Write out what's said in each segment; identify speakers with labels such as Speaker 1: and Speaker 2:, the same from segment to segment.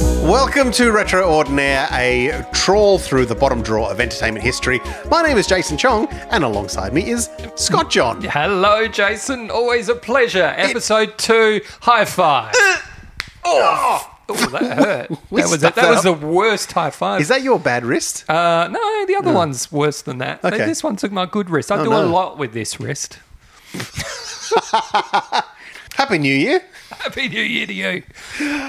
Speaker 1: Welcome to Retro Ordinaire, a trawl through the bottom drawer of entertainment history. My name is Jason Chong, and alongside me is Scott John.
Speaker 2: Hello, Jason. Always a pleasure. Episode two, high five. oh. Ooh, that hurt. that
Speaker 1: Uh, We
Speaker 2: was,
Speaker 1: stuffed
Speaker 2: that
Speaker 1: that
Speaker 2: was the
Speaker 1: up.
Speaker 2: worst high five.
Speaker 1: Is that your bad wrist?
Speaker 2: uh, no, the other one's worse than that.
Speaker 1: Okay. Oh,
Speaker 2: This one took my good wrist. I do
Speaker 1: no.
Speaker 2: a lot with this wrist.
Speaker 1: Happy New Year.
Speaker 2: Happy New Year to you.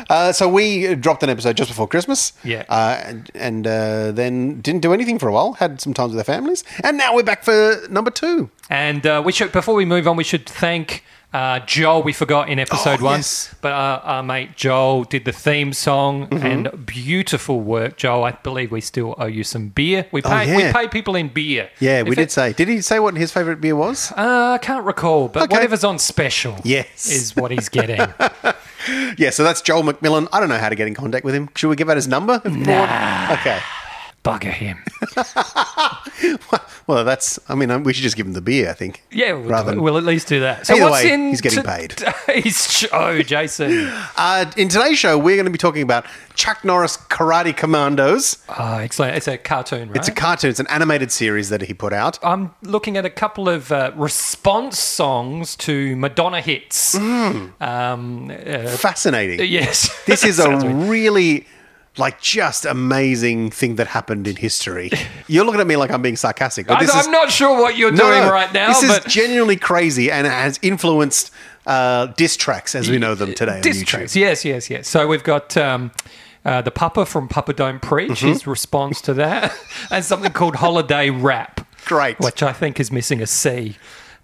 Speaker 1: Uh, so we dropped an episode just before Christmas.
Speaker 2: Yeah.
Speaker 1: Uh, and and uh, then didn't do anything for a while, had some time with our families, and now we're back for number two.
Speaker 2: And uh, we should, before we move on, we should thank uh, Joel. We forgot in episode
Speaker 1: Oh,
Speaker 2: one,
Speaker 1: yes. Mm-hmm.
Speaker 2: but uh, our mate Joel did the theme song and beautiful work. Joel, I believe we still owe you some beer. We pay,
Speaker 1: Oh, yeah.
Speaker 2: we pay people in beer.
Speaker 1: Yeah, we
Speaker 2: If
Speaker 1: did
Speaker 2: it-
Speaker 1: say. Did he say what his favourite beer was?
Speaker 2: Uh, I can't recall, but
Speaker 1: Okay.
Speaker 2: whatever's on special,
Speaker 1: Yes.
Speaker 2: is what he's getting.
Speaker 1: yeah, so that's Joel McMillan. I don't know how to get in contact with him. Should we give out his number? If nah. Okay.
Speaker 2: Bugger him.
Speaker 1: Well, that's. I mean, um, we should just give him the beer. I think.
Speaker 2: Yeah, we'll,
Speaker 1: Rather than-
Speaker 2: we'll at least do that. So
Speaker 1: Either
Speaker 2: what's
Speaker 1: way,
Speaker 2: in
Speaker 1: he's getting
Speaker 2: Today's show, oh, Jason.
Speaker 1: Uh, in today's show, we're going to be talking about Chuck Norris Karate Commandos.
Speaker 2: Oh, excellent. It's a cartoon, right?
Speaker 1: It's a cartoon. It's an animated series that he put out.
Speaker 2: I'm looking at a couple of uh, response songs to Madonna hits.
Speaker 1: Mm-hmm.
Speaker 2: Um, uh,
Speaker 1: Fascinating.
Speaker 2: yes.
Speaker 1: This is a
Speaker 2: Sounds weird.
Speaker 1: really, like, just amazing thing that happened in history. You're looking at me like I'm being sarcastic, but
Speaker 2: I,
Speaker 1: this is
Speaker 2: am not sure what you're
Speaker 1: No,
Speaker 2: doing
Speaker 1: no,
Speaker 2: right now,
Speaker 1: This is
Speaker 2: but
Speaker 1: genuinely crazy and has influenced uh, diss tracks as we know them today on
Speaker 2: Diss
Speaker 1: YouTube.
Speaker 2: tracks. Yes, yes, yes. So we've got um, uh, the Papa from Papa Don't Preach,
Speaker 1: Mm-hmm.
Speaker 2: his response to that, and something called Holiday Rap.
Speaker 1: Great.
Speaker 2: Which I think is missing a C.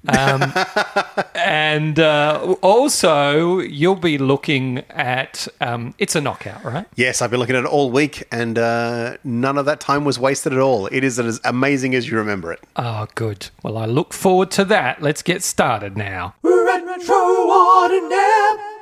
Speaker 2: Um, and uh, also, you'll be looking at um, it's a knockout, right?
Speaker 1: Yes, I've been looking at it all week, and uh, none of that time was wasted at all. It is as amazing as you remember it.
Speaker 2: Oh, good. Well, I look forward to that. Let's get started now.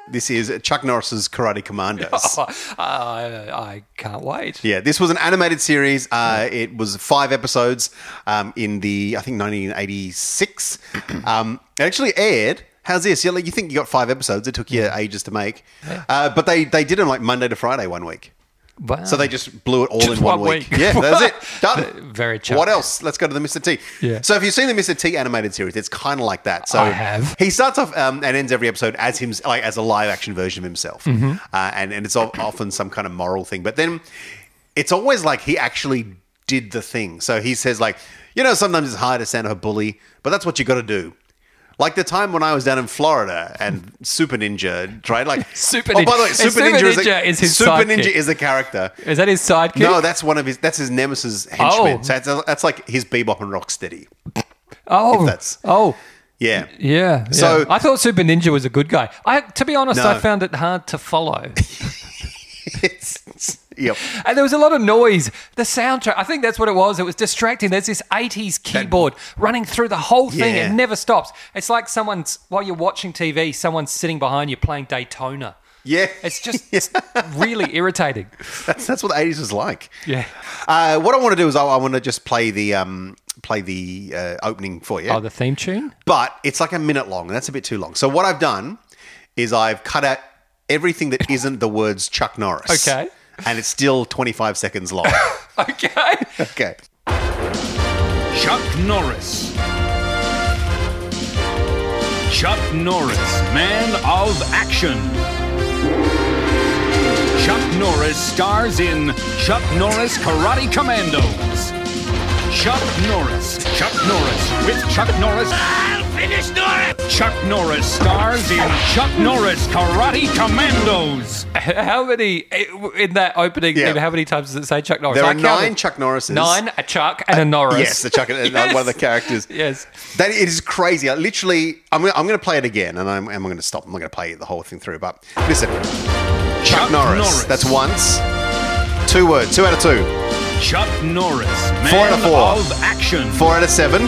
Speaker 1: This is Chuck Norris's Karate Commandos.
Speaker 2: Oh, I, I can't wait.
Speaker 1: Yeah, this was an animated series. Uh, it was five episodes um, in the I think 1986. um, it actually aired. How's this? You, you think you got five episodes? It took you ages to make, uh, but they they did them like Monday to Friday one week.
Speaker 2: Wow.
Speaker 1: So they just blew it all
Speaker 2: Just
Speaker 1: in one,
Speaker 2: one
Speaker 1: week.
Speaker 2: week.
Speaker 1: Yeah, that was it. Done.
Speaker 2: Very challenging.
Speaker 1: What else? Let's go to the Mr. T.
Speaker 2: Yeah.
Speaker 1: So if you've seen the Mr. T animated series, it's kind of like that. So
Speaker 2: I have.
Speaker 1: He starts off um, and ends every episode as him, like as a live action version of himself,
Speaker 2: Mm-hmm.
Speaker 1: uh, and and it's o- often some kind of moral thing. But then it's always like he actually did the thing. So he says like, you know, sometimes it's hard to stand up a bully, but that's what you got to do. Like the time when I was down in Florida and Super Ninja tried like
Speaker 2: Super
Speaker 1: Oh, by the way,
Speaker 2: Ninja-
Speaker 1: Super,
Speaker 2: Super
Speaker 1: Ninja, is,
Speaker 2: Ninja
Speaker 1: a,
Speaker 2: is his
Speaker 1: Super Ninja
Speaker 2: sidekick.
Speaker 1: is a character.
Speaker 2: Is that his sidekick?
Speaker 1: No, that's one of his. That's his nemesis henchman.
Speaker 2: Oh.
Speaker 1: So that's, that's like his bebop and rocksteady.
Speaker 2: oh,
Speaker 1: that's-
Speaker 2: oh,
Speaker 1: Yeah,
Speaker 2: yeah, yeah.
Speaker 1: So-
Speaker 2: I thought Super Ninja was a good guy. I, to be honest,
Speaker 1: No.
Speaker 2: I found it hard to follow,
Speaker 1: it's, it's- yep.
Speaker 2: and there was a lot of noise. The soundtrack, I think that's what it was. It was distracting. There's this '80s keyboard running through the whole thing.
Speaker 1: Yeah.
Speaker 2: It never stops. It's like someone's while you're watching TV, someone's sitting behind you playing Daytona.
Speaker 1: Yeah,
Speaker 2: It's just
Speaker 1: Yeah.
Speaker 2: really irritating.
Speaker 1: that's that's what the eighties was like.
Speaker 2: Yeah.
Speaker 1: Uh, what I want to do is I, I want to just play the um play the uh, opening for you,
Speaker 2: Oh, the theme tune?
Speaker 1: but it's like a minute long. and That's a bit too long. So what I've done is I've cut out everything that isn't the words Chuck Norris.
Speaker 2: Okay.
Speaker 1: and it's still twenty five seconds long.
Speaker 2: Okay.
Speaker 1: okay.
Speaker 3: Chuck Norris. Chuck Norris, man of action. Chuck Norris stars in Chuck Norris Karate Commandos. Chuck Norris, Chuck Norris, with Chuck Norris. I'll finish Norris! Chuck Norris stars in Chuck Norris Karate Commandos.
Speaker 2: How many in that opening?
Speaker 1: Yeah.
Speaker 2: How many times does it say Chuck Norris?
Speaker 1: There
Speaker 2: I
Speaker 1: are
Speaker 2: counted.
Speaker 1: nine Chuck Norrises. Uh,
Speaker 2: Nine, a Chuck, and a Norris.
Speaker 1: Yes, the Chuck,
Speaker 2: Yes.
Speaker 1: one of the characters.
Speaker 2: Yes.
Speaker 1: That it is crazy. I literally, I'm gonna, I'm going to play it again, and I'm, I'm going to stop. I'm not going to play the whole thing through. But listen, Chuck, Norris. That's once. Two words. Two out of two.
Speaker 3: Chuck Norris, man
Speaker 1: Four out of four.
Speaker 3: of action.
Speaker 1: Four out of seven.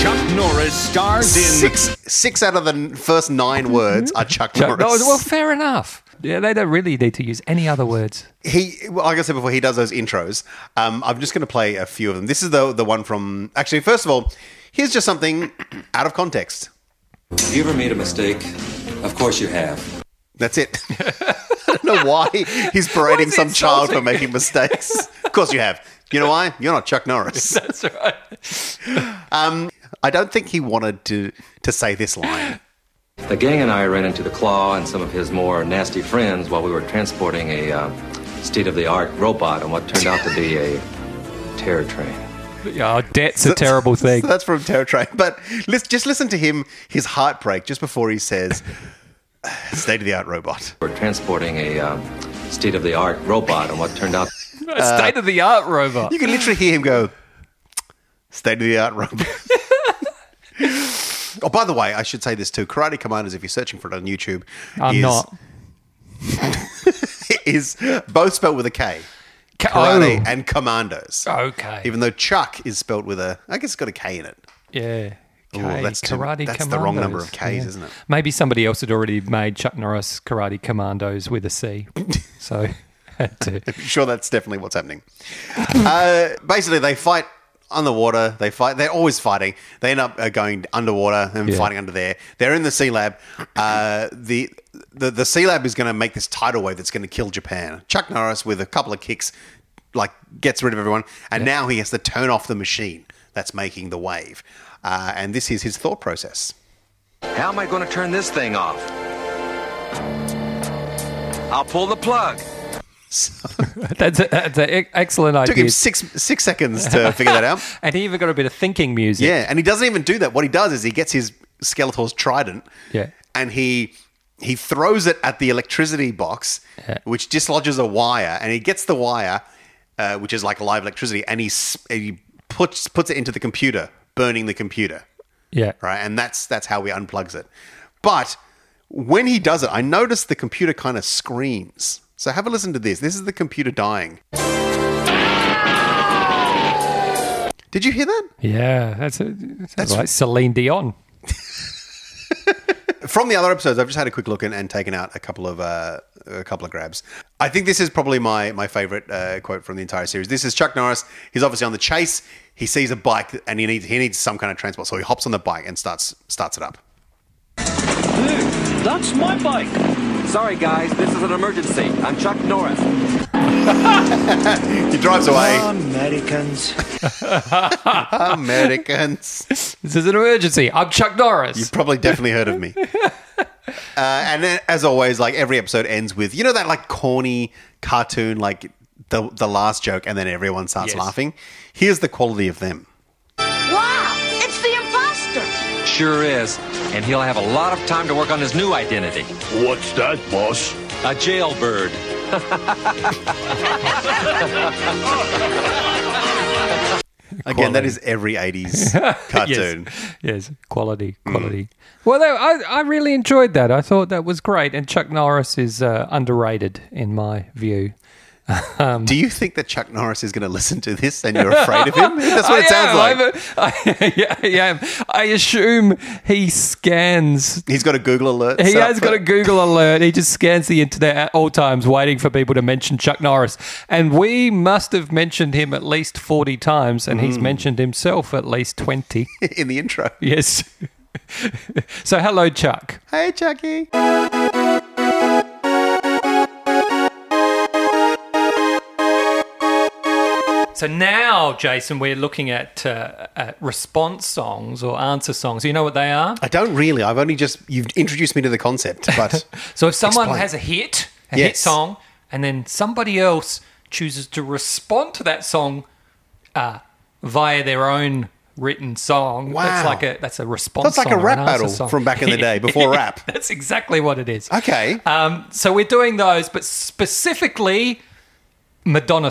Speaker 3: Chuck Norris stars in
Speaker 1: Six. Six out of the first nine words are Chuck,
Speaker 2: Chuck
Speaker 1: Norris.
Speaker 2: Norris. Well, fair enough. Yeah, they don't really need to use any other words.
Speaker 1: he, well, like I said before, he does those intros. Um, I'm just going to play a few of them. This is the the one from. Actually, first of all, here's just something out of context.
Speaker 4: Have you ever made a mistake? Of course you have.
Speaker 1: That's it. don't know why he's parading
Speaker 2: Why is he
Speaker 1: some child for
Speaker 2: insulting me?
Speaker 1: making mistakes. Of course you have. You know why? You're not Chuck Norris. Um,
Speaker 2: That's right.
Speaker 1: I don't think he wanted to to say this line.
Speaker 4: The gang and I ran into the Claw and some of his more nasty friends while we were transporting a uh, state of the art robot on what turned out to be a terror train.
Speaker 2: Yeah, debt's a terrible thing.
Speaker 1: So that's from Terror Train. But lis- just listen to him, his heartbreak, just before he says, "State of the art robot."
Speaker 4: We were transporting a uh, state of the art robot on what turned out.
Speaker 2: State of the art rover.
Speaker 1: Uh, You can literally hear him go, "State of the art robot." oh, by the way, I should say this too: Karate Commanders. If you're searching for it on YouTube,
Speaker 2: I'm
Speaker 1: is,
Speaker 2: not.
Speaker 1: Is both spelled with a K.
Speaker 2: Ca-
Speaker 1: Karate
Speaker 2: oh,
Speaker 1: and Commandos.
Speaker 2: okay.
Speaker 1: Even though Chuck is spelled with a, I guess it's got a K in it.
Speaker 2: yeah.
Speaker 1: Ooh,
Speaker 2: K,
Speaker 1: that's too-
Speaker 2: karate
Speaker 1: that's the wrong number
Speaker 2: Commandos.
Speaker 1: of Ks, isn't it?
Speaker 2: Maybe somebody else had already made Chuck Norris Karate Commandos with a C. so had to.
Speaker 1: sure that's definitely what's happening. uh, basically, they fight on the water. They fight. They're always fighting. They end up uh, going underwater and
Speaker 2: Yeah.
Speaker 1: fighting under there. They're in the sea lab. Uh, the the the sea lab is going to make this tidal wave that's going to kill Japan. Chuck Norris with a couple of kicks, like gets rid of everyone, and now he has to turn off the machine that's making the wave. Uh, and this is his thought process.
Speaker 4: How am I going to turn this thing off? I'll pull the plug.
Speaker 2: That's, a, that's an e- excellent
Speaker 1: Took
Speaker 2: idea.
Speaker 1: him six six seconds to figure that out.
Speaker 2: and he even got a bit of thinking music.
Speaker 1: Yeah, and he doesn't even do that. What he does is he gets his Skeletor's trident.
Speaker 2: Yeah.
Speaker 1: And he he throws it at the electricity box, which dislodges a wire, and he gets the wire, uh, which is like live electricity, and he s- he puts puts it into the computer, burning the computer,
Speaker 2: Yeah.
Speaker 1: right? And that's that's how he unplugs it. But when he does it, I notice the computer kind of screams. So have a listen to this. This is the computer dying. Did you hear that?
Speaker 2: Yeah. That's, a, that's, like Celine Dion.
Speaker 1: from the other episodes, I've just had a quick look and, and taken out a couple of uh, a couple of grabs. I think this is probably my my favorite uh, quote from the entire series. This is Chuck Norris. He's obviously on the chase. He sees a bike and he needs he needs some kind of transport, so he hops on the bike and starts starts it up.
Speaker 3: That's my bike.
Speaker 4: Sorry, guys, this is an emergency. I'm Chuck Norris.
Speaker 1: He drives away.
Speaker 5: Americans.
Speaker 1: Americans.
Speaker 2: This is an emergency. I'm Chuck Norris.
Speaker 1: You've probably definitely heard of me. Uh, and then, as always, like every episode ends with you know that like corny cartoon like the the last joke, and then everyone starts
Speaker 2: Yes.
Speaker 1: laughing. Here's the quality of them.
Speaker 6: Wow, it's the imposter.
Speaker 4: Sure is. And he'll have a lot of time to work on his new identity
Speaker 7: What's that, boss?
Speaker 4: a jailbird.
Speaker 1: Again, that is every 80s cartoon.
Speaker 2: Yes. yes, quality,
Speaker 1: Mm.
Speaker 2: quality. Well, no, I, I really enjoyed that. I thought that was great. And Chuck Norris is uh, underrated in my view.
Speaker 1: Do you think that Chuck Norris is going to listen to this and you're afraid of him? That's what
Speaker 2: I
Speaker 1: it sounds
Speaker 2: am,
Speaker 1: like.
Speaker 2: I'm a- I- yeah, I am. I assume he scans.
Speaker 1: He's got a Google alert.
Speaker 2: He
Speaker 1: set up
Speaker 2: has
Speaker 1: for-
Speaker 2: got a Google alert. He just scans the internet at all times, waiting for people to mention Chuck Norris. And we must have mentioned him at least 40 times, and
Speaker 1: Mm.
Speaker 2: he's mentioned himself at least 20.
Speaker 1: in the intro.
Speaker 2: yes. so, hello, Chuck.
Speaker 1: Hey, Chucky.
Speaker 2: So now, Jason, we're looking at, uh, at response songs or answer songs. You know what they are?
Speaker 1: I don't really. I've only just you've introduced me to the concept, but
Speaker 2: So if someone
Speaker 1: Explain.
Speaker 2: has a hit, a hit
Speaker 1: Yes.
Speaker 2: song, and then somebody else chooses to respond to that song uh, via their own written song,
Speaker 1: Wow.
Speaker 2: that's like a that's a response.
Speaker 1: that's like a
Speaker 2: song or
Speaker 1: rap
Speaker 2: an answer
Speaker 1: battle
Speaker 2: song.
Speaker 1: from back in the day before rap.
Speaker 2: that's exactly what it is.
Speaker 1: Okay.
Speaker 2: Um, so we're doing those, but specifically Madonna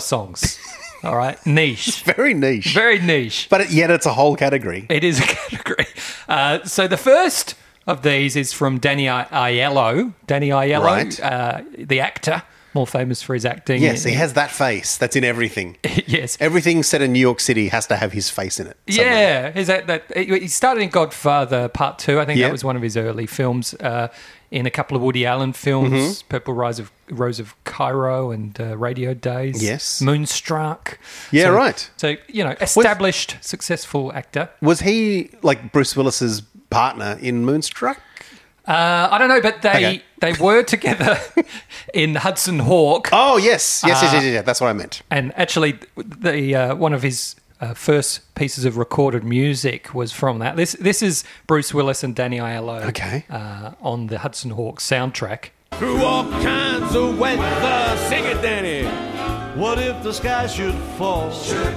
Speaker 2: songs. All right, niche,
Speaker 1: Very niche.
Speaker 2: very niche.
Speaker 1: but yet it's a whole category.
Speaker 2: It is a category. Uh, so the first of these is from Danny I- Aiello. Danny Aiello,
Speaker 1: Right.
Speaker 2: uh, the actor, more famous for his acting.
Speaker 1: Yes, he has that face. That's in everything.
Speaker 2: yes.
Speaker 1: Everything set in New York City has to have his face in it. somewhere.
Speaker 2: Yeah, is that that he started in Godfather Part Two? I think
Speaker 1: Yeah.
Speaker 2: that was one of his early films. Uh, in a couple of Woody Allen films,
Speaker 1: Mm-hmm.
Speaker 2: Purple Rise of Rose of Cairo and uh, Radio Days.
Speaker 1: Yes.
Speaker 2: Moonstruck.
Speaker 1: Yeah,
Speaker 2: So-
Speaker 1: right.
Speaker 2: So you know, established, successful actor.
Speaker 1: Was he like Bruce Willis's partner in Moonstruck?
Speaker 2: Uh, I don't know, but they
Speaker 1: Okay.
Speaker 2: they were together in Hudson Hawk,
Speaker 1: Oh yes,
Speaker 2: Uh,
Speaker 1: yes, yes, yes, yes, yes. That's what I meant.
Speaker 2: and actually, the uh, one of his uh, first pieces of recorded music was from that. This this is Bruce Willis and Danny Aiello,
Speaker 1: Okay.
Speaker 2: uh, on the Hudson Hawk soundtrack.
Speaker 5: Through all kinds of weather, sing it, Danny. What if the sky should fall? Should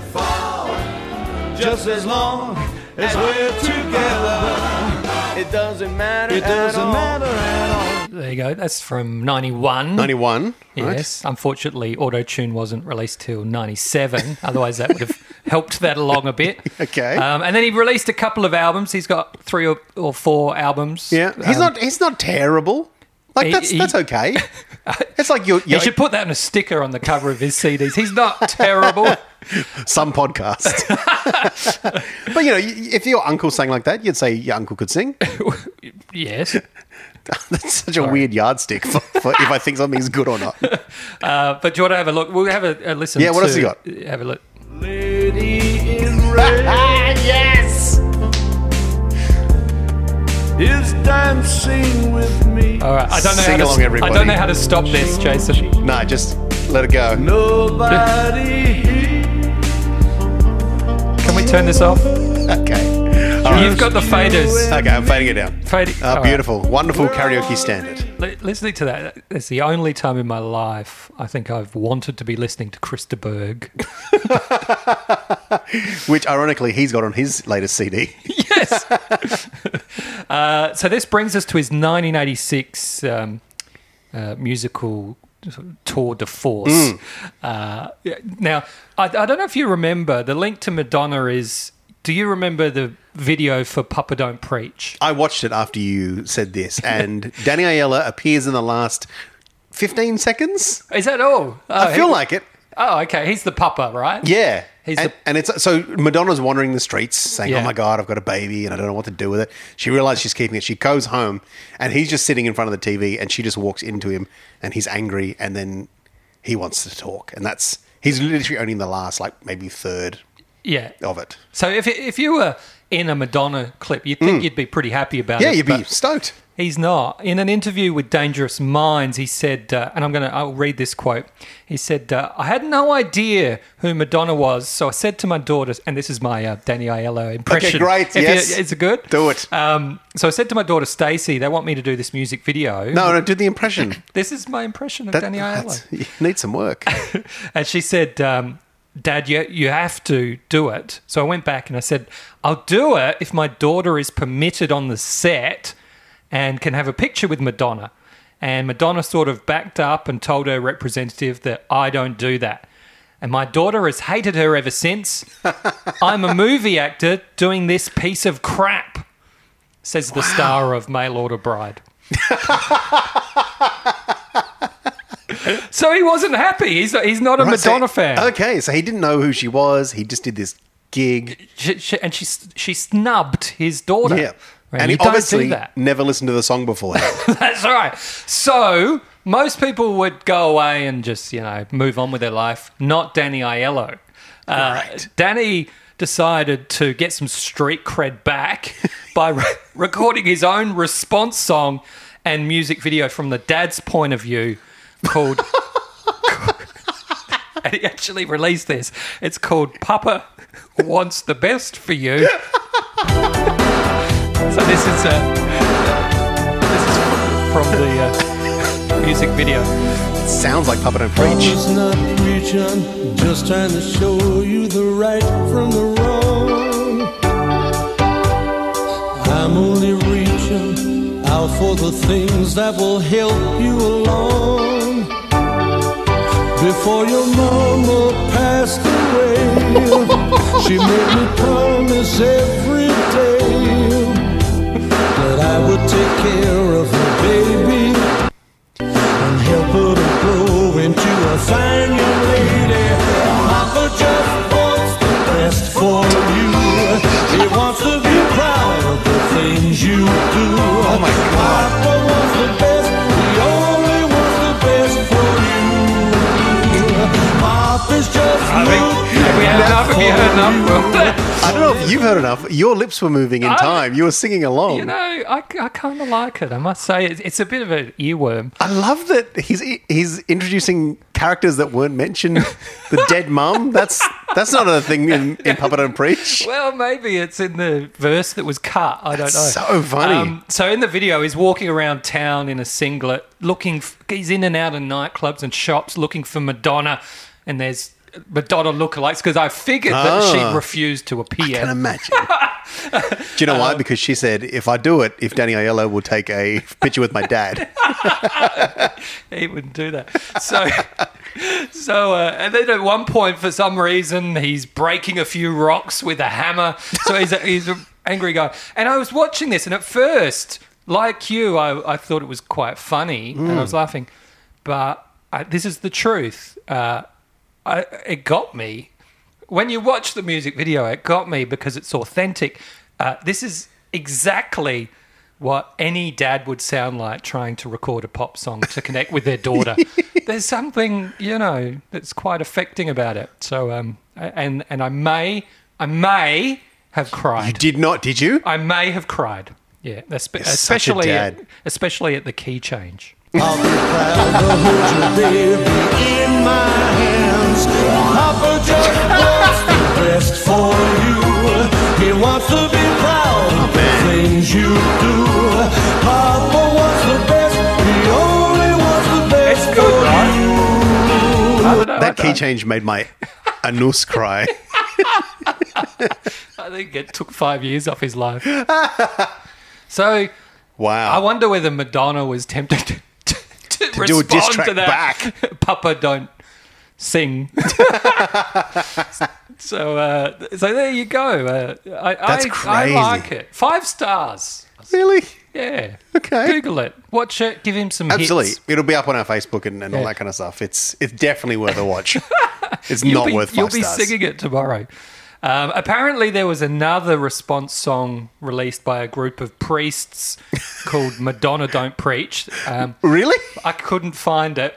Speaker 5: fall. Just as long as we're together,
Speaker 8: It doesn't matter.
Speaker 5: it doesn't matter at all.
Speaker 2: There you go. That's from ninety one.
Speaker 1: Ninety one.
Speaker 2: Yes, unfortunately, auto tune wasn't released till '97. Otherwise, that would have helped that along a bit.
Speaker 1: Okay.
Speaker 2: Um, and then he released a couple of albums. He's got three or, or four albums. Um,
Speaker 1: Yeah, he's not. He's not terrible. Like
Speaker 2: he-
Speaker 1: that's
Speaker 2: he-
Speaker 1: that's okay. it's like your,
Speaker 2: You
Speaker 1: your
Speaker 2: should put that on a sticker on the cover of his CDs. He's not terrible.
Speaker 1: some podcast. but you know, y- if your uncle sang like that, you'd say your uncle could sing.
Speaker 2: yes,
Speaker 1: That's such a weird yardstick for, for if I think something's good or not.
Speaker 2: uh, but do you want to have a look? We'll have a, a listen.
Speaker 1: Yeah, what
Speaker 2: to,
Speaker 1: else you got?
Speaker 2: Have a look.
Speaker 5: Lady in red. yes! Is dancing with me.
Speaker 9: Uh.
Speaker 2: All right, I don't know.
Speaker 1: Sing
Speaker 2: how
Speaker 1: along,
Speaker 2: to,
Speaker 1: everybody.
Speaker 2: I don't know how to stop this, Jason.
Speaker 1: No, just let it go.
Speaker 5: Nobody here.
Speaker 2: Can we turn this off?
Speaker 1: Okay. All right.
Speaker 2: You've got the faders.
Speaker 1: Okay, I'm fading it down.
Speaker 2: Fade. all
Speaker 1: Ah,
Speaker 2: right.
Speaker 1: beautiful, wonderful karaoke standard.
Speaker 2: Li- Listening to that, it's the only time in my life I think I've wanted to be listening to Krista Berg.
Speaker 1: Which, ironically, he's got on his latest CD.
Speaker 2: yes. uh, so this brings us to his 1986 um, uh, musical sort of tour de force.
Speaker 1: Mm.
Speaker 2: Uh, yeah, now, I, I don't know if you remember the link to Madonna is. Do you remember the video for Papa Don't Preach?
Speaker 1: I watched it after you said this, and Danny Aiello appears in the last 15 seconds.
Speaker 2: Is that all? Oh,
Speaker 1: I feel
Speaker 2: he-
Speaker 1: like it.
Speaker 2: Oh, okay. He's the Papa, right?
Speaker 1: Yeah.
Speaker 2: He's
Speaker 1: and,
Speaker 2: the-
Speaker 1: and it's so Madonna's wandering the streets saying,
Speaker 2: Yeah.
Speaker 1: Oh my God, I've got a baby and I don't know what to do with it. She realizes she's keeping it. She goes home and he's just sitting in front of the TV and she just walks into him and he's angry and then he wants to talk. And that's, he's literally only in the last, like maybe third
Speaker 2: Yeah.
Speaker 1: of it.
Speaker 2: So if if you were in a Madonna clip, you'd think you'd be pretty happy about
Speaker 1: Mm. Yeah,
Speaker 2: it.
Speaker 1: you'd be
Speaker 2: but-
Speaker 1: stoked.
Speaker 2: He's not. In an interview with Dangerous Minds, he said, uh, and I'm going to, I'll read this quote. He said, uh, I had no idea who Madonna was, so I said to my daughters, and this is my uh, Danny Aiello impression.
Speaker 1: Okay, great.
Speaker 2: If you-
Speaker 1: yes.
Speaker 2: is it good?
Speaker 1: Do it.
Speaker 2: Um, so I said to my daughter, Stacey, they want me to do this music video.
Speaker 1: no, no, do the impression.
Speaker 2: This is my impression of
Speaker 1: That,
Speaker 2: Danny Aiello.
Speaker 1: that's- you need some work.
Speaker 2: And she said, um, Dad, you, you have to do it. So I went back and I said, I'll do it if my daughter is permitted on the set and can have a picture with Madonna. And Madonna sort of backed up and told her representative that I don't do that. And my daughter has hated her ever since. I'm a movie actor doing this piece of crap, says the star of Mail Order Bride. so he wasn't happy. He's not, he's not a
Speaker 1: Right, so-
Speaker 2: Madonna fan.
Speaker 1: Okay, so he didn't know who she was. He just did this gig.
Speaker 2: she, she, and she she snubbed his daughter.
Speaker 1: Yeah.
Speaker 2: Right?
Speaker 1: and
Speaker 2: you
Speaker 1: he
Speaker 2: don't
Speaker 1: obviously
Speaker 2: do that.
Speaker 1: never listened to the song beforehand.
Speaker 2: That's all right. So most people would go away and just you know move on with their life. Not Danny Aiello. Uh, Danny decided to get some street cred back by re- recording his own response song and music video from the dad's point of view called. and he actually released this. It's called Papa Wants the Best for You. so this is uh, this is from the uh, music video.
Speaker 1: Sounds like Papa Don't Preach.
Speaker 5: It's not preaching, just trying to show you the right from the wrong. I'm only reaching out for the things that will help you along. Before your mama passed away, she made me promise every day that I would take care of her baby and help her to grow into a fine young lady. Papa just wants the best for you. He wants to be proud of the things you do. Oh my God. Papa wants the best. He only wants the best for you. Papa's just
Speaker 2: I think
Speaker 5: looking
Speaker 2: we have enough Have you heard enough?
Speaker 1: I don't know if you've heard enough. Your lips were moving in
Speaker 2: I-
Speaker 1: time. You were singing along.
Speaker 2: you know, I, I kind of like it. I must say, it's, it's a bit of an earworm.
Speaker 1: I love that he's he's introducing characters that weren't mentioned. The dead mum. That's that's not a thing in, in Papa Don't Preach.
Speaker 2: Well, maybe it's in the verse that was cut. I don't
Speaker 1: That's
Speaker 2: know.
Speaker 1: so
Speaker 2: Um,
Speaker 1: funny.
Speaker 2: so in the video, he's walking around town in a singlet, looking. F- he's in and out of nightclubs and shops, looking for Madonna, and there's Madonna lookalikes because I figured that
Speaker 1: Ah.
Speaker 2: she refused to appear.
Speaker 1: Can imagine. Do you know why?
Speaker 2: Um,
Speaker 1: Because she said, "If I do it, if Danny Aiello will take a picture with my dad."
Speaker 2: he wouldn't do that. So, so, uh, and then at one point, for some reason, he's breaking a few rocks with a hammer. So he's a, he's an angry guy. And I was watching this, and at first, like you, I, I thought it was quite funny, and I was laughing. But I, this is the truth. Uh, I, it got me when you watch the music video, it got me because it's authentic. Uh, this is exactly what any dad would sound like trying to record a pop song to connect with their daughter. There's something you know that's quite affecting about it. So, um, and and I may I may have cried.
Speaker 1: Did not? Did you?
Speaker 2: I may have cried. Yeah, espe-
Speaker 1: such a
Speaker 2: especially at,
Speaker 1: dad.
Speaker 2: especially at the key change.
Speaker 5: I'll be proud to hold your baby in my hands. Papa John wants the best for you. He wants to be proud of the things you do. Papa wants the best. He only wants the best
Speaker 2: It's
Speaker 5: for
Speaker 2: good, right?
Speaker 5: you.
Speaker 2: I don't know,
Speaker 1: That
Speaker 2: I
Speaker 1: key
Speaker 2: don't-
Speaker 1: change made my anus cry.
Speaker 2: I think it took five years off his life. so. I
Speaker 1: Wow.
Speaker 2: wonder whether Madonna was tempted to, to, respond
Speaker 1: do a diss track
Speaker 2: to that. Papa, don't sing. so, uh, so there you go. Uh, I,
Speaker 1: That's
Speaker 2: I,
Speaker 1: crazy.
Speaker 2: I like it. Five stars.
Speaker 1: really?
Speaker 2: Yeah.
Speaker 1: Okay.
Speaker 2: Google it. Watch it. Give him some
Speaker 1: Absolutely.
Speaker 2: hits.
Speaker 1: It'll be up on our Facebook and, and all
Speaker 2: Yeah.
Speaker 1: that kind of stuff. It's it's definitely worth a watch. It's
Speaker 2: You'll
Speaker 1: not
Speaker 2: be,
Speaker 1: worth 5
Speaker 2: You'll be
Speaker 1: stars.
Speaker 2: singing it tomorrow. Um, apparently, there was another response song released by a group of priests called "Madonna Don't Preach." Um,
Speaker 1: Really?
Speaker 2: I couldn't find it.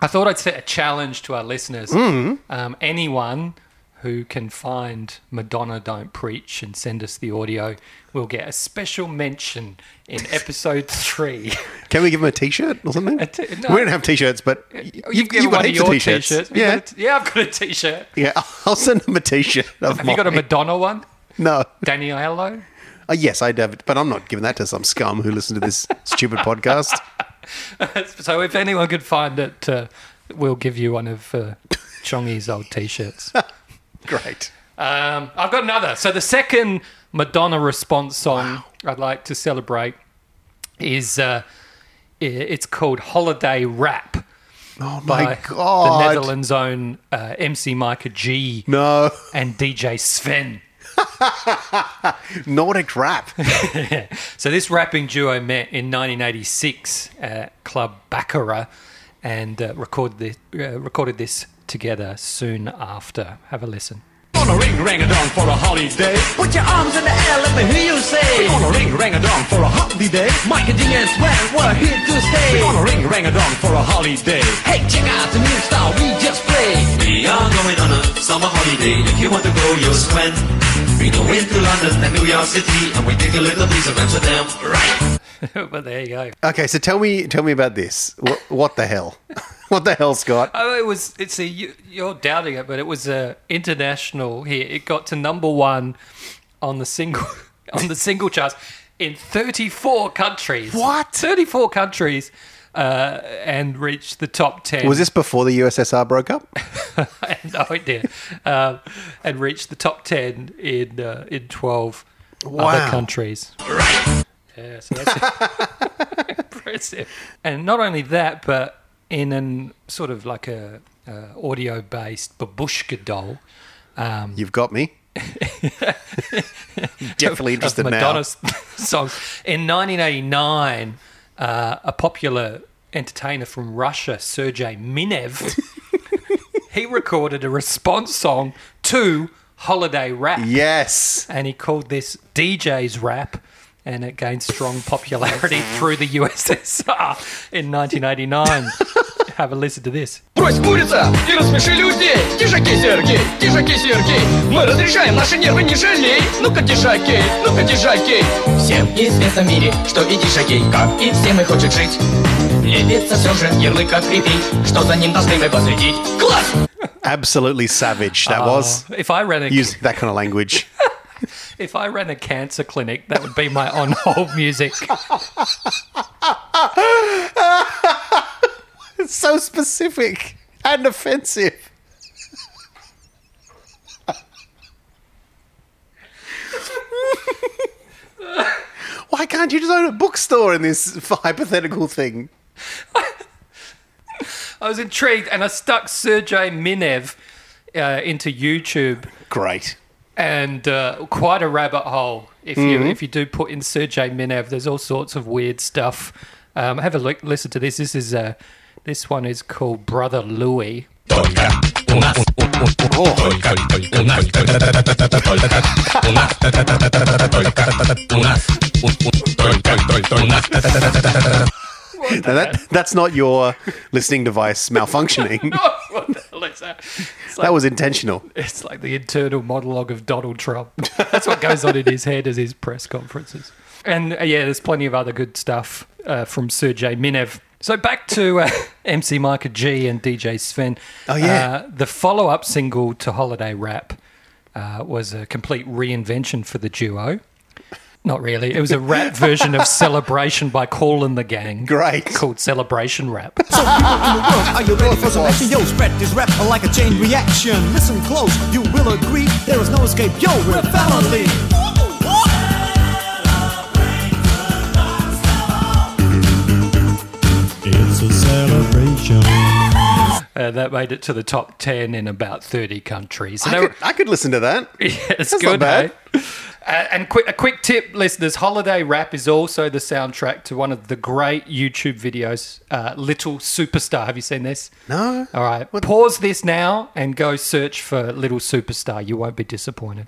Speaker 2: I thought I'd set a challenge to our listeners.
Speaker 1: Mm.
Speaker 2: Um, anyone who can find Madonna Don't Preach and send us the audio will get a special mention in episode three.
Speaker 1: Can we give him a T-shirt or something?
Speaker 2: t- no. Uh,
Speaker 1: We don't have T-shirts, but y- you've, you've got heaps of T-shirts.
Speaker 2: We've
Speaker 1: Yeah,
Speaker 2: got a t- yeah, I've got a t shirt.
Speaker 1: yeah. I'll send him a T-shirt. Of
Speaker 2: Have you got a
Speaker 1: mine.
Speaker 2: Madonna one?
Speaker 1: No.
Speaker 2: Danny Aiello?
Speaker 1: Uh, yes, I have, but I'm not giving that to some scum who listen to this stupid podcast.
Speaker 2: so if anyone could find it, uh, we'll give you one of uh, Chongy's old t shirts.
Speaker 1: Great.
Speaker 2: Um, I've got another. So the second Madonna response song I'd like to celebrate is uh, i- it's called "Holiday Rap"
Speaker 1: Oh
Speaker 2: by
Speaker 1: my god.
Speaker 2: the Netherlands' own uh, MC Micah G
Speaker 1: No,
Speaker 2: and DJ Sven.
Speaker 1: Nordic rap.
Speaker 2: So this rapping duo met in 1986 at Club Baccarat and uh, recorded this, uh, recorded this together soon after. Have a listen.
Speaker 3: On a ring rang a dong for a holiday.
Speaker 9: Put your arms in the air, let me hear you say.
Speaker 3: On a ring rang a dong for a holiday.
Speaker 9: Mike and G and Sven, we're here to
Speaker 3: On
Speaker 9: stay.
Speaker 3: a ring rang a dong for a holiday.
Speaker 9: Hey, check out the new style we just played.
Speaker 10: We are going on a summer holiday. If you want to go, you'll spend. We go into London and New York City, and we take a little piece of Amsterdam, right?
Speaker 2: but there you go.
Speaker 1: Okay, so tell me, tell me about this. What, what the hell? what the hell, Scott?
Speaker 2: Oh, it was. It's a. You, you're doubting it, but it was a international here. It got to number one on the single on the single charts in 34 countries.
Speaker 1: What?
Speaker 2: 34 countries, uh, and reached the top 10.
Speaker 1: Was this before the USSR broke up?
Speaker 2: I have no idea. Um, and reached the top 10 in uh, in 12
Speaker 1: Wow.
Speaker 2: other countries. Yeah, so that's impressive. And not only that, but in an sort of like a uh, audio based babushka doll
Speaker 1: You've got me. Definitely interested
Speaker 2: of
Speaker 1: now.
Speaker 2: Madonna's songs. In 1989, uh, a popular entertainer from Russia, Sergei Minev, he recorded a response song to Holiday Rap.
Speaker 1: Yes.
Speaker 2: and he called this DJ's rap, and it gained strong popularity through the USSR in 1989. have a listen to this.
Speaker 11: Брось курица и рассмеши людей Кишаки, Сергей, кишаки, Сергей Мы разрешаем наши нервы, не жалей Ну-ка, кишаки, ну-ка, кишаки Всем известно в мире, что и кишаки Как и всем и хочет жить Лепится все же ярлыка крепить Что за ним должны мы последить Класс!
Speaker 1: Absolutely savage
Speaker 2: Oh.
Speaker 1: that was.
Speaker 2: If I ran a
Speaker 1: Using that kind of language.
Speaker 2: if I ran a cancer clinic, that would be my on hold music.
Speaker 1: It's so specific and offensive. Why can't you just own a bookstore in this hypothetical thing?
Speaker 2: I was intrigued, and I stuck Sergey Minev uh, into YouTube,
Speaker 1: Great.
Speaker 2: and uh, quite a rabbit hole. If you if you do put in Sergey Minev, there's all sorts of weird stuff. Um, have a look, listen to this. This is uh, this one is called Brother Louie.
Speaker 1: Now that that's not your listening device malfunctioning.
Speaker 2: what the hell is that? It's like,
Speaker 1: That was intentional.
Speaker 2: it's like the internal monologue of Donald Trump. That's what goes on in his head as his press conferences. And uh, yeah, there's plenty of other good stuff uh, from Sergey Minev. So back to uh, MC Micah G and DJ Sven.
Speaker 1: Oh, yeah.
Speaker 2: Uh, the follow up single to Holiday Rap uh, was a complete reinvention for the duo. Not really. It was a rap version of Celebration by Call and the Gang.
Speaker 1: Great.
Speaker 2: Called Celebration Rap.
Speaker 12: Are you ready for some action? Yo, spread this rap like a chain reaction. Listen close, you will agree. There is no escape. Yo, we're a family.
Speaker 5: It's a celebration.
Speaker 2: Uh, that made it to the top 10 in about 30 countries. So
Speaker 1: I
Speaker 2: they
Speaker 1: could,
Speaker 2: were-
Speaker 1: I could listen to that.
Speaker 2: Yeah, it's
Speaker 1: That's not
Speaker 2: good,
Speaker 1: bad.
Speaker 2: eh? Uh, and quick, a quick tip, listeners: Holiday Rap is also the soundtrack to one of the great YouTube videos, uh, Little Superstar. Have you seen this?
Speaker 1: No.
Speaker 2: All right, pause this now and go search for Little Superstar. You won't be disappointed.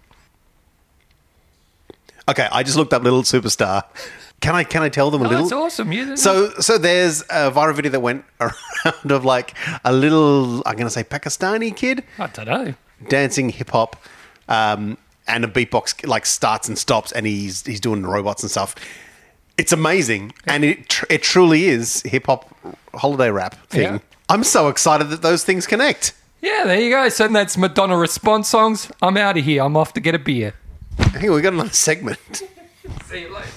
Speaker 1: Okay, I just looked up Little Superstar. Can I can I tell them a
Speaker 2: Oh,
Speaker 1: little?
Speaker 2: that's awesome! Yeah,
Speaker 1: So so there's a viral video that went around of like a little I'm gonna say Pakistani kid
Speaker 2: I don't know.
Speaker 1: dancing hip hop, um, and a beatbox like starts and stops, and he's he's doing robots and stuff. It's amazing, and it tr- it truly is hip hop holiday rap thing.
Speaker 2: Yeah.
Speaker 1: I'm so excited that those things connect.
Speaker 2: Yeah, there you go. So that's Madonna response songs. I'm out of here. I'm off to get a beer.
Speaker 1: Hang on, we got another segment.
Speaker 2: See you later.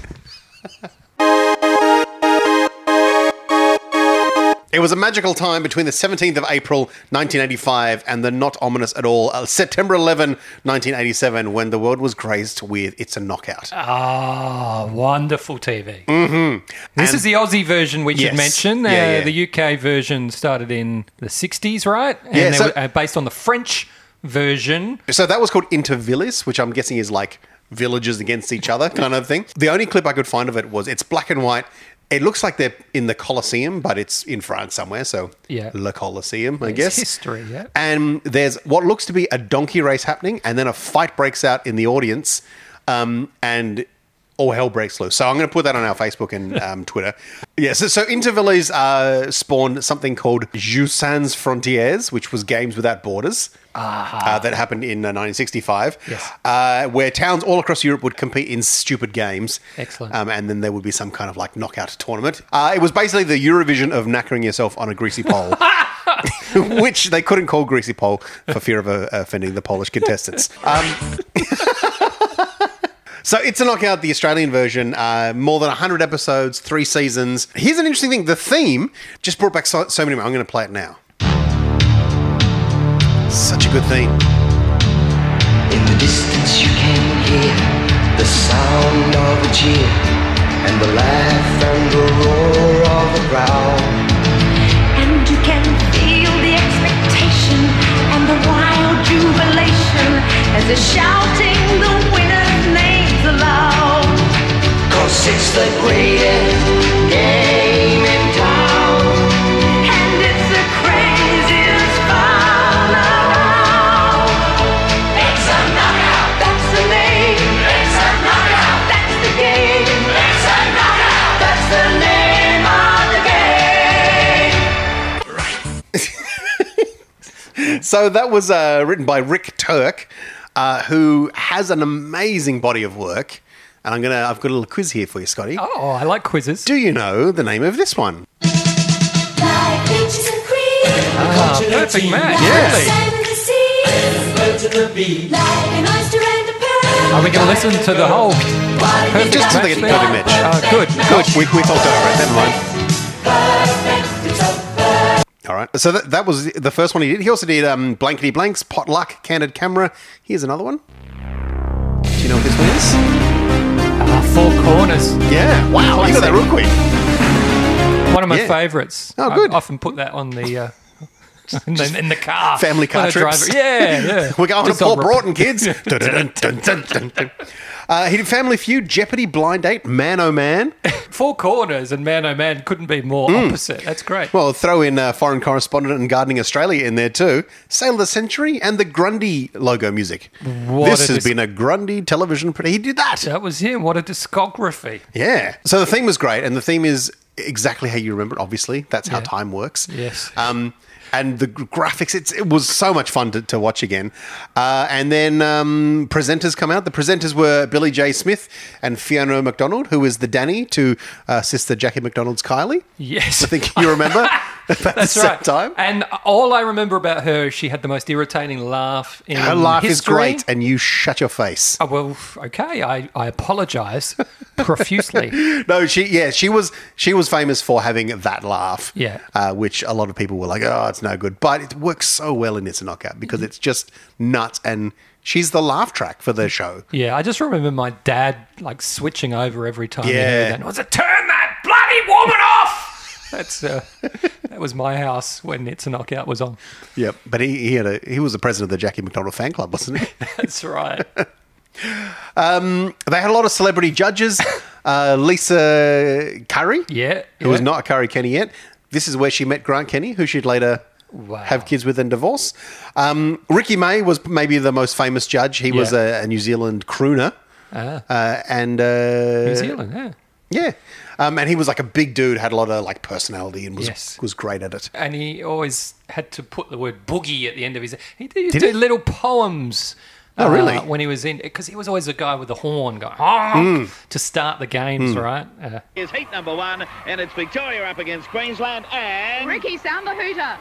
Speaker 1: It was a magical time between the 17th of April 1985 and the not ominous at all uh, September 11, 1987, when the world was graced with It's a Knockout.
Speaker 2: Ah, wonderful TV. Mm-hmm. This
Speaker 1: And-
Speaker 2: is the Aussie version we should
Speaker 1: Yes.
Speaker 2: mention.
Speaker 1: Yeah, yeah.
Speaker 2: Uh, the UK version started in the 60s, right? And
Speaker 1: Yeah,
Speaker 2: they
Speaker 1: so-
Speaker 2: were, uh, based on the French version.
Speaker 1: So that was called Intervillis, which I'm guessing is like villages against each other kind of thing. The only clip I could find of it was it's black and white. It looks like they're in the Colosseum, but it's in France somewhere. So
Speaker 2: Yeah.
Speaker 1: Le Colosseum, I
Speaker 2: It's
Speaker 1: guess.
Speaker 2: history, yeah.
Speaker 1: And there's what looks to be a donkey race happening, and then a fight breaks out in the audience, um, and all hell breaks loose. So I'm going to put that on our Facebook and um, Twitter. Yeah, so, so Intervilles uh, spawned something called Jeux Sans Frontières, which was Games Without Borders uh, that happened in uh, 1965,
Speaker 2: Ah. Yes.
Speaker 1: uh, where towns all across Europe would compete in stupid games.
Speaker 2: Excellent.
Speaker 1: Um, and then there would be some kind of like knockout tournament. Uh, it was basically the Eurovision of knackering yourself on a greasy pole. which they couldn't call greasy pole for fear of uh, offending the Polish contestants. Um, so it's a knockout, the Australian version, uh, more than 100 episodes, three seasons. Here's an interesting thing: the theme just brought back so, so many. I'm going to play it now. Such a good theme.
Speaker 9: In the distance you can hear the sound of a cheer and the laugh and the roar of a growl.
Speaker 6: And you can feel the expectation and the wild jubilation as they're shouting the winner's names aloud.
Speaker 9: Cause it's the greatest game in town.
Speaker 6: And it's the craziest fun around. It's a knockout, that's the name. It's a knockout, that's the game. It's a knockout, that's the name of the game.
Speaker 10: Right.
Speaker 1: So that was uh, written by Rick Turk, uh, who has an amazing body of work. And I'm gonna, I've got a little quiz here for you, Scotty.
Speaker 2: Oh, I like quizzes.
Speaker 1: Do you know the name of this one?
Speaker 2: Ah, perfect match. Really? Are we going to listen to the whole? Perfect
Speaker 1: Just to
Speaker 2: match
Speaker 1: the perfect
Speaker 2: now?
Speaker 1: match.
Speaker 2: Oh, good.
Speaker 1: Good. We, we talked over it. Never mind. All right. So that, that was the first one he did. He also did um, Blankety Blanks, Potluck, Candid Camera. Here's another one. Do you know what this one is?
Speaker 2: Ah, four corners.
Speaker 1: Yeah. Wow. You got that real quick.
Speaker 2: One of my
Speaker 1: Yeah.
Speaker 2: favourites.
Speaker 1: Oh, good.
Speaker 2: I often put that on the. Uh, in, the, in the car,
Speaker 1: Family car
Speaker 2: When I drive
Speaker 1: trips.
Speaker 2: it. Yeah, yeah.
Speaker 1: We're going
Speaker 2: Just
Speaker 1: to
Speaker 2: on
Speaker 1: Paul
Speaker 2: repeat.
Speaker 1: Broughton, kids. Dun, dun, dun, dun, dun, dun. Uh, he did Family Feud, Jeopardy, Blind Date, Man Oh Man.
Speaker 2: Four corners and man, oh man, couldn't be more
Speaker 1: Mm.
Speaker 2: opposite. That's great.
Speaker 1: Well, throw in uh, Foreign Correspondent and Gardening Australia in there too. Sale of the Century and the Grundy logo music.
Speaker 2: What
Speaker 1: this
Speaker 2: a
Speaker 1: has
Speaker 2: dis-
Speaker 1: been a Grundy television. Pro- he did that.
Speaker 2: that was him. What a discography.
Speaker 1: Yeah. So the theme was great, and the theme is exactly how you remember it. Obviously, that's how time works.
Speaker 2: Yes.
Speaker 1: Um, and the g- graphics, it's, it was so much fun to, to watch again. Uh, and then um, presenters come out. The presenters were Billy J. Smith and Fiona McDonald, who was the Danny to uh, sister Jackie McDonald's Kylie.
Speaker 2: Yes.
Speaker 1: I think you remember about
Speaker 2: That's
Speaker 1: the same
Speaker 2: right.
Speaker 1: time.
Speaker 2: And all I remember about her is she had the most irritating laugh in
Speaker 1: Her laugh is
Speaker 2: Um, history.
Speaker 1: great, and you shut your face.
Speaker 2: Oh, well, okay. I, I apologize profusely.
Speaker 1: No, she yeah, she was she was famous for having that laugh.
Speaker 2: Yeah.
Speaker 1: Uh, which a lot of people were like, oh, it's no good. But it works so well in It's a Knockout because it's just nuts and she's the laugh track for the show.
Speaker 2: Yeah, I just remember my dad like switching over every time. he heard
Speaker 1: Yeah.
Speaker 2: that. And I was like, turn that bloody woman off. That's uh, that was my house when It's a Knockout was on.
Speaker 1: Yep. But he, he had a he was the president of the Jackie McDonald fan club, wasn't he?
Speaker 2: That's right.
Speaker 1: they had a lot of celebrity judges. Uh, Lisa Curry,
Speaker 2: Yeah.
Speaker 1: who was not a Curry Kenny yet. This is where she met Grant Kenny, who she'd later
Speaker 2: Wow.
Speaker 1: have kids with and divorce. Um, Ricky May was maybe the most famous judge. He was
Speaker 2: Yeah.
Speaker 1: a, a New Zealand crooner.
Speaker 2: Ah.
Speaker 1: Uh, and uh,
Speaker 2: New Zealand, yeah.
Speaker 1: Yeah. Um, and he was like a big dude, had a lot of like personality and was
Speaker 2: Yes.
Speaker 1: was great at it.
Speaker 2: And he always had to put the word boogie at the end of his. He did, he
Speaker 1: Did
Speaker 2: did
Speaker 1: he?
Speaker 2: little poems. uh,
Speaker 1: Oh, really?
Speaker 2: When he was in, because he was always a guy with the horn going honk
Speaker 1: Hmm.
Speaker 2: to start the games, right? Uh,
Speaker 13: Is heat number one, and it's Victoria up against Queensland and.
Speaker 14: Ricky, sound the hooter.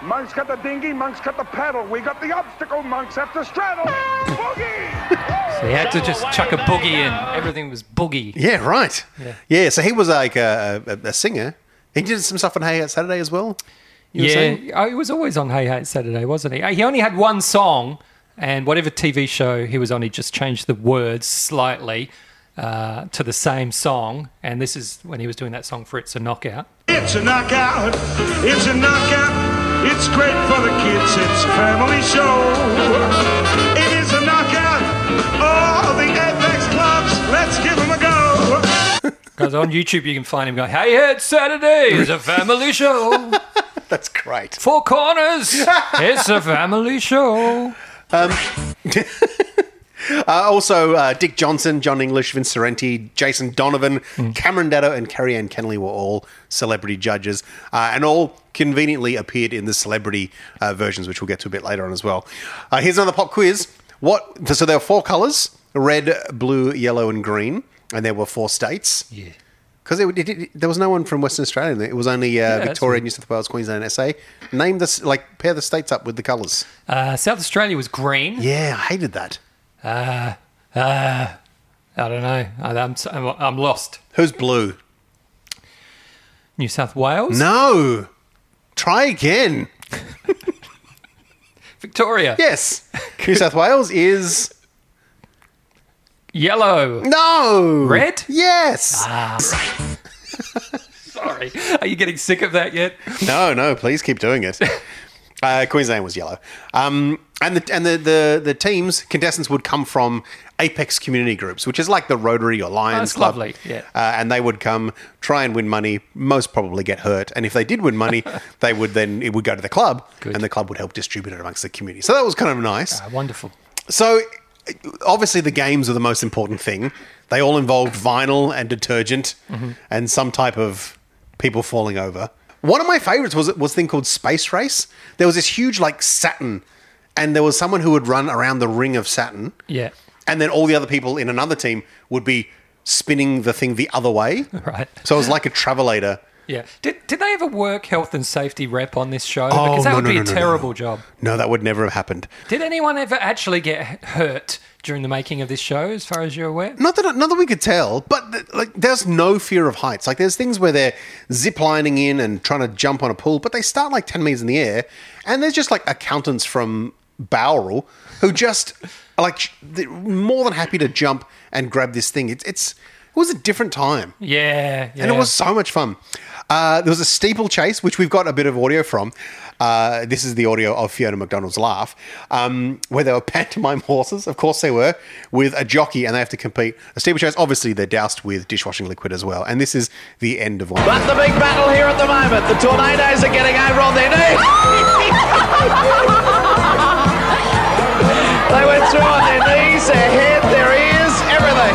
Speaker 15: Monk's got the dinghy, monk's got the paddle. We got the obstacle, monks have to straddle.
Speaker 2: so he had to just chuck a boogie in. Everything was boogie.
Speaker 1: Yeah, right.
Speaker 2: Yeah.
Speaker 1: Yeah. so he was like a, a, a singer. He did some stuff on Hey Out Saturday as well. You were
Speaker 2: yeah,
Speaker 1: saying?
Speaker 2: oh, he was always on Hey Hey It's Saturday, wasn't he? Uh, He only had one song, and whatever TV show he was on, he just changed the words slightly uh, to the same song. And this is when he was doing that song for It's a Knockout.
Speaker 16: It's a knockout. It's a knockout. It's great for the kids. It's a family show. It is a knockout. Oh, the Apex clubs. Let's give them a go.
Speaker 2: Because on YouTube you can find him going, Hey, it's Saturday, it's a family show.
Speaker 1: That's great.
Speaker 2: Four Corners, it's a family show.
Speaker 1: Um, Uh, also, uh, Dick Johnson, John English, Vince Sorrenti, Jason Donovan, Cameron Dado, and Carrie Ann Kennelly were all celebrity judges uh, and all conveniently appeared in the celebrity uh, versions, which we'll get to a bit later on as well. Uh, here's another pop quiz. What? So there were four colors red, blue, yellow, and green, and there were four states. Yeah. Because there was no one from Western Australia. in there. It was only uh,
Speaker 2: that's
Speaker 1: Victoria,
Speaker 2: right.
Speaker 1: New South Wales, Queensland, and SA. Name this, like, pair the states up with the colours.
Speaker 2: Uh, South Australia was green.
Speaker 1: Yeah, I hated that.
Speaker 2: Uh, uh, I don't know. I, I'm, s- I'm, I'm lost.
Speaker 1: Who's blue?
Speaker 2: New South Wales?
Speaker 1: No. Try again.
Speaker 2: Victoria?
Speaker 1: Yes. New South Wales is
Speaker 2: Yellow?
Speaker 1: no
Speaker 2: Red?
Speaker 1: Yes.
Speaker 2: Ah. Sorry. Are you getting sick of that yet?
Speaker 1: No, no. Please keep doing it. Uh, Queensland was yellow. Um, and the and the, the the teams contestants would come from Apex community groups, which is like the Rotary or Lions
Speaker 2: That's
Speaker 1: Club.
Speaker 2: Oh, lovely, yeah.
Speaker 1: Uh, and they would come try and win money, most probably get hurt. And if they did win money, they would then it would go to the club, and the club would help distribute it amongst the community. So that was kind of nice.
Speaker 2: Ah, wonderful.
Speaker 1: So, obviously, the games are the most important thing. They all involved vinyl and detergent and some type of people falling over. One of my favorites was was a thing called Space Race. There was this huge like Saturn, and there was someone who would run around the ring of Saturn.
Speaker 2: Yeah.
Speaker 1: And then all the other people in another team would be spinning the thing the other way.
Speaker 2: Right.
Speaker 1: So it was like a travelator.
Speaker 2: Yeah. Did, did they ever work health and safety rep on this show?
Speaker 1: Oh,
Speaker 2: because that
Speaker 1: no,
Speaker 2: would
Speaker 1: no,
Speaker 2: be
Speaker 1: no,
Speaker 2: a
Speaker 1: no, no, no.
Speaker 2: terrible job.
Speaker 1: No, that would never have happened.
Speaker 2: Did anyone ever actually get hurt during the making of this show, as far as you're aware?
Speaker 1: Not that not that we could tell, but th- like there's no fear of heights. Like there's things where they're ziplining in and trying to jump on a pool, but they start like ten meters in the air, and there's just like accountants from Bowral who just are, like sh- they're more than happy to jump and grab this thing. It's it's it was a different time.
Speaker 2: Yeah,
Speaker 1: And it was so much fun. Uh, there was a steeplechase, which we've got a bit of audio from. Uh, this is the audio of Fiona McDonald's laugh, um, where there were pantomime horses, of course they were, with a jockey, and they have to compete. A steeplechase, obviously, they're doused with dishwashing liquid as well. And this is the end of one.
Speaker 14: That's the big battle here at the moment. The tornadoes are getting over on their knees. they went through on their knees, their head, their ears, everything.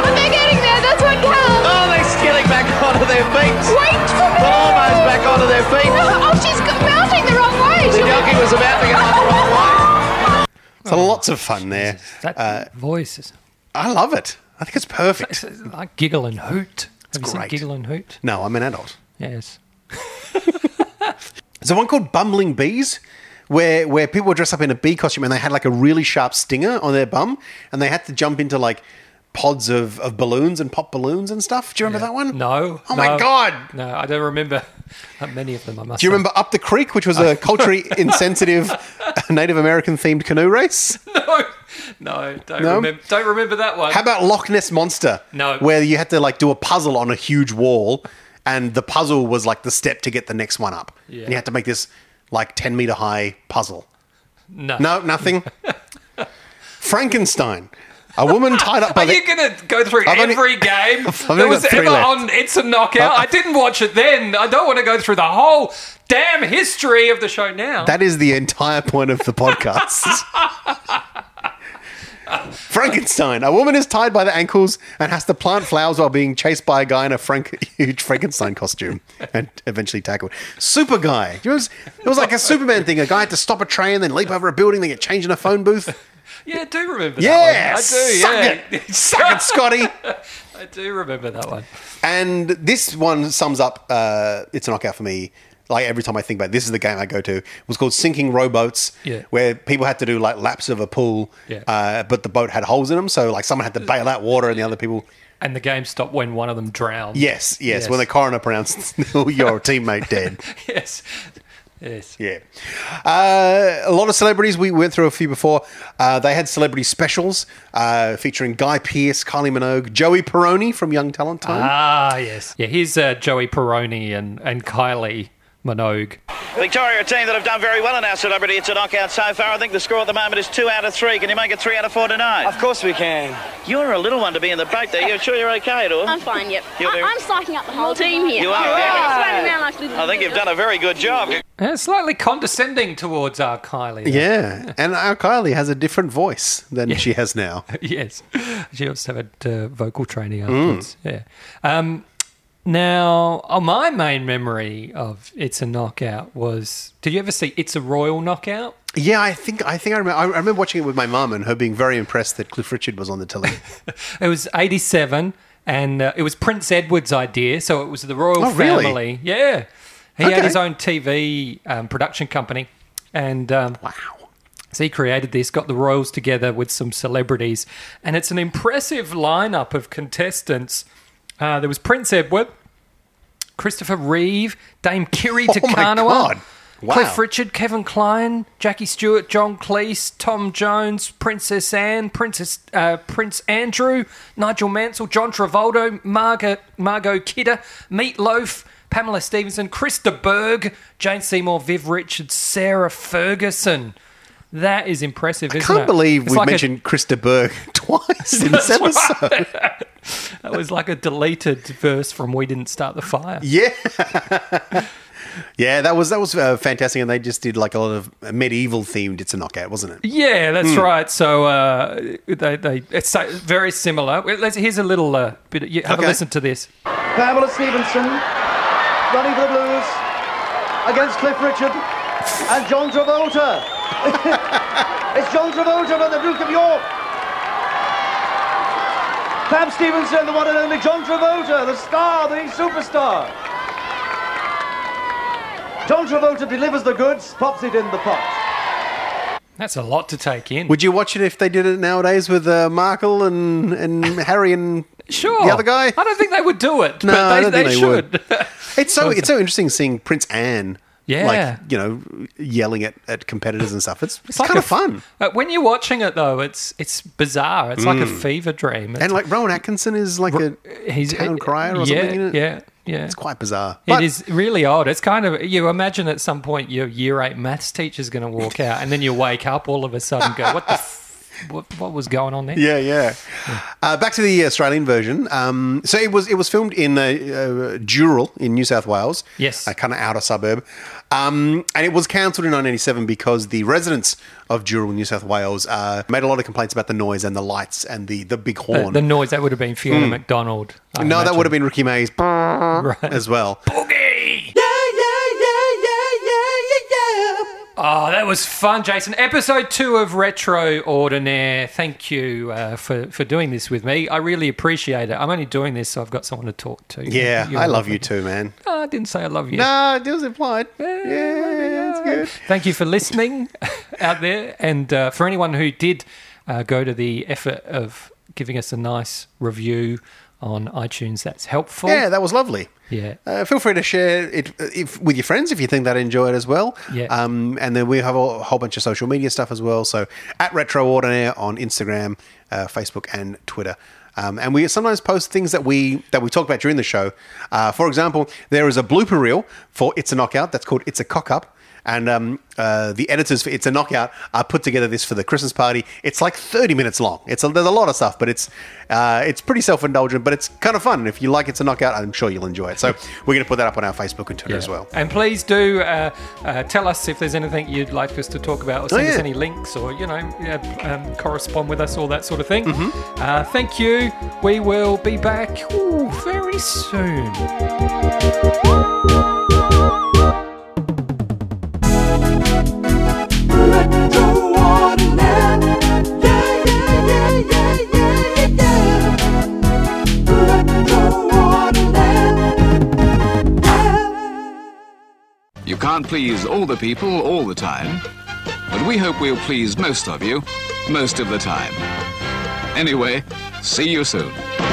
Speaker 14: But they're getting there. That's what counts. Oh, they're getting back onto their feet. Wait for me. Almost back onto their feet.
Speaker 17: Oh, she's got- mounting the wrong way.
Speaker 14: The jockey was about to get on the wrong way.
Speaker 1: So lots of fun there.
Speaker 2: Oh,
Speaker 1: Uh,
Speaker 2: That voice is.
Speaker 1: I love it. I think it's perfect.
Speaker 2: Like giggle and hoot. Have you
Speaker 1: great.
Speaker 2: seen giggle and hoot?
Speaker 1: No, I'm an adult.
Speaker 2: Yes.
Speaker 1: There's a one called Bumbling Bees, where where people were dressed up in a bee costume and they had like a really sharp stinger on their bum, and they had to jump into like pods of, of balloons and pop balloons and stuff. Do you remember that one?
Speaker 2: No.
Speaker 1: Oh my
Speaker 2: No.
Speaker 1: god!
Speaker 2: No, I don't remember that many of them. I must.
Speaker 1: Do you
Speaker 2: say.
Speaker 1: remember Up the Creek, which was a culturally insensitive Native American themed canoe race?
Speaker 2: No, don't
Speaker 1: No?
Speaker 2: remember. Don't remember that one.
Speaker 1: How about Loch Ness Monster?
Speaker 2: No.
Speaker 1: Where you had to like do a puzzle on a huge wall, and the puzzle was like the step to get the next one up.
Speaker 2: Yeah.
Speaker 1: And you had to make this like 10 meter high puzzle.
Speaker 2: No.
Speaker 1: No, nothing. Frankenstein. A woman tied up by
Speaker 2: Are
Speaker 1: the.
Speaker 2: you going to go through
Speaker 1: I've only-
Speaker 2: every game
Speaker 1: I've only
Speaker 2: that was
Speaker 1: got three
Speaker 2: ever
Speaker 1: left.
Speaker 2: on It's a Knockout?
Speaker 1: Uh,
Speaker 2: I didn't watch it then. I don't want to go through the whole damn history of the show now.
Speaker 1: That is the entire point of the podcast. Frankenstein. A woman is tied by the ankles and has to plant flowers while being chased by a guy in a Frank- huge Frankenstein costume and eventually tackled. Super guy. It was, it was like a Superman thing. A guy had to stop a train, then leap over a building, then get changed in a phone booth.
Speaker 2: yeah, I do remember
Speaker 1: Yeah,
Speaker 2: that one. I do,
Speaker 1: suck
Speaker 2: yeah.
Speaker 1: it. Suck it, Scotty.
Speaker 2: I do remember that one.
Speaker 1: And this one sums up uh, it's a knockout for me. Like every time I think about it, this is the game I go to. It was called Sinking Rowboats,
Speaker 2: Yeah.
Speaker 1: where people had to do like laps of a pool,
Speaker 2: Yeah.
Speaker 1: uh, but the boat had holes in them, so like someone had to bail out water, and the other people.
Speaker 2: And the game stopped when one of them drowned.
Speaker 1: Yes, yes. When the coroner pronounced your teammate dead.
Speaker 2: yes. Yes.
Speaker 1: Yeah. Uh, a lot of celebrities. We went through a few before. Uh, they had celebrity specials uh, featuring Guy Pearce, Kylie Minogue, Joey Peroni from Young Talent Time.
Speaker 2: Ah, yes. Yeah, here's uh, Joey Peroni and, and Kylie Minogue.
Speaker 13: Victoria, a team that have done very well in our celebrity. It's a knockout so far. I think the score at the moment is two out of three. Can you make it three out of four tonight? Of course we can. You're a little one to be in the break there. You sure you're okay, Dor?
Speaker 17: I'm fine, yep.
Speaker 13: You're
Speaker 17: I-
Speaker 13: very-
Speaker 17: I'm psyching up the whole team here.
Speaker 13: You are,
Speaker 17: Yeah,
Speaker 13: yeah.
Speaker 17: it's running around like little
Speaker 13: I think you've done a very good job.
Speaker 2: Yeah, Uh, slightly condescending towards our Kylie. though.
Speaker 1: Yeah, and our Kylie has a different voice than she has now.
Speaker 2: yes. She also had uh, vocal
Speaker 1: Mm.
Speaker 2: training afterwards. Yeah. Um, now, oh, my main memory of It's a Knockout was did you ever see It's a Royal Knockout?
Speaker 1: Yeah, I think I think I remember. I remember watching it with my mum and her being very impressed that Cliff Richard was on the telly.
Speaker 2: It was 87 and uh, it was Prince Edward's idea. So it was the royal
Speaker 1: Oh, really?
Speaker 2: family. Yeah. He had
Speaker 1: Okay.
Speaker 2: his own TV um, production company. And um,
Speaker 1: wow.
Speaker 2: So he created this, got the royals together with some celebrities. And it's an impressive lineup of contestants. Uh, there was Prince Edward, Christopher Reeve, Dame Kiri
Speaker 1: Oh my
Speaker 2: Takanawa.
Speaker 1: God. Wow.
Speaker 2: Cliff Richard, Kevin Klein, Jackie Stewart, John Cleese, Tom Jones, Princess Anne, Princess uh, Prince Andrew, Nigel Mansell, John Travolta, Margot Margot Kidder, Meatloaf, Pamela Stevenson, Krista Berg, Jane Seymour, Viv Richards, Sarah Ferguson. That is impressive,
Speaker 1: I
Speaker 2: isn't
Speaker 1: can't
Speaker 2: it?
Speaker 1: believe
Speaker 2: It's
Speaker 1: we
Speaker 2: like a-
Speaker 1: mentioned Krista Berg twice in this
Speaker 2: That's
Speaker 1: episode.
Speaker 2: right. that was like a deleted verse from "We Didn't Start the Fire."
Speaker 1: Yeah, yeah, that was that was uh, fantastic, and they just did like a lot of medieval themed. It's a knockout, wasn't it?
Speaker 2: Yeah, that's
Speaker 1: Hmm.
Speaker 2: right. So uh, they, they it's so- very similar. Well, Let's, here's a little uh, bit. Of, yeah, have
Speaker 1: Okay.
Speaker 2: a listen to this.
Speaker 18: Pamela Stevenson, Running for the Blues, against Cliff Richard and John Travolta. it's John Travolta and the Duke of York. Pam Stevenson, the one and only John Travolta, the star, the superstar. John Travolta delivers the goods, pops it in the pot.
Speaker 2: That's a lot to take in.
Speaker 1: Would you watch it if they did it nowadays with uh, Markle and, and Harry and
Speaker 2: sure.
Speaker 1: the other guy?
Speaker 2: I don't think they would do it.
Speaker 1: No,
Speaker 2: but they,
Speaker 1: I don't
Speaker 2: they
Speaker 1: think they
Speaker 2: should.
Speaker 1: would. It's so it's so interesting seeing Prince Anne,
Speaker 2: Yeah.
Speaker 1: like you know, yelling at, at competitors and stuff. It's, it's,
Speaker 2: like
Speaker 1: kind
Speaker 2: a
Speaker 1: of fun.
Speaker 2: Uh, when you're watching it though, it's it's bizarre. It's like a
Speaker 1: Mm.
Speaker 2: fever dream. It's, uh,
Speaker 1: And like Rowan Atkinson is like a
Speaker 2: he's-
Speaker 1: town crier or
Speaker 2: yeah,
Speaker 1: something. In it.
Speaker 2: yeah, yeah.
Speaker 1: It's quite bizarre.
Speaker 2: it is really odd. It's kind of you imagine at some point your year eight maths teacher's going to walk out, and then you wake up all of a sudden and go, "What the? F- what, what was going on there?"
Speaker 1: Yeah, yeah. Uh, back to the Australian version. Um, so it was it was filmed in uh, uh, Dural in New South Wales.
Speaker 2: Yes.
Speaker 1: a kind of outer suburb, um, and it was cancelled in 1987 because the residents of Dural, New South Wales, uh, made a lot of complaints about the noise and the lights and the the big
Speaker 2: The,
Speaker 1: horn.
Speaker 2: the noise that would have been Fiona
Speaker 1: Mm.
Speaker 2: McDonald. I
Speaker 1: no, that
Speaker 2: imagine.
Speaker 1: would have been Ricky Mays as well.
Speaker 2: Oh, that was fun, Jason. Episode two of Retro Ordinaire. Thank you uh, for, for doing this with me. I really appreciate it. I'm only doing this so I've got someone to talk to.
Speaker 1: Yeah,
Speaker 2: You're
Speaker 1: I love you
Speaker 2: welcome.
Speaker 1: too, man.
Speaker 2: Oh, I didn't say I love you.
Speaker 1: No, it was implied. Yeah, it's good.
Speaker 2: Thank you for listening out there. And uh, for anyone who did uh, go to the effort of giving us a nice review on iTunes, that's helpful.
Speaker 1: Yeah, that was lovely.
Speaker 2: Yeah.
Speaker 1: Uh, feel free to share it if, with your friends if you think they'd enjoy it as well.
Speaker 2: Yeah.
Speaker 1: Um, and then we have a whole bunch of social media stuff as well. So at Retro Ordinaire on Instagram, uh, Facebook, and Twitter. Um, and we sometimes post things that we that we talk about during the show. Uh, for example, there is a blooper reel for "It's a Knockout" that's called "It's a Cock Up." And um, uh, the editors for "It's a Knockout" uh, put together this for the Christmas party. It's like 30 minutes long. It's a, there's a lot of stuff, but it's uh, it's pretty self indulgent, but it's kind of fun. And if you like "It's a Knockout," I'm sure you'll enjoy it. So we're going to put that up on our Facebook and Twitter as well.
Speaker 2: And please do uh, uh, tell us if there's anything you'd like us to talk about, or
Speaker 1: Oh,
Speaker 2: send us
Speaker 1: yeah.
Speaker 2: any links, or you know, uh, um, correspond with us, all that sort of thing.
Speaker 1: Mm-hmm.
Speaker 2: Uh, thank you. We will be back ooh, very soon.
Speaker 3: You can't please all the people all the time, but we hope we'll please most of you most of the time. Anyway, see you soon.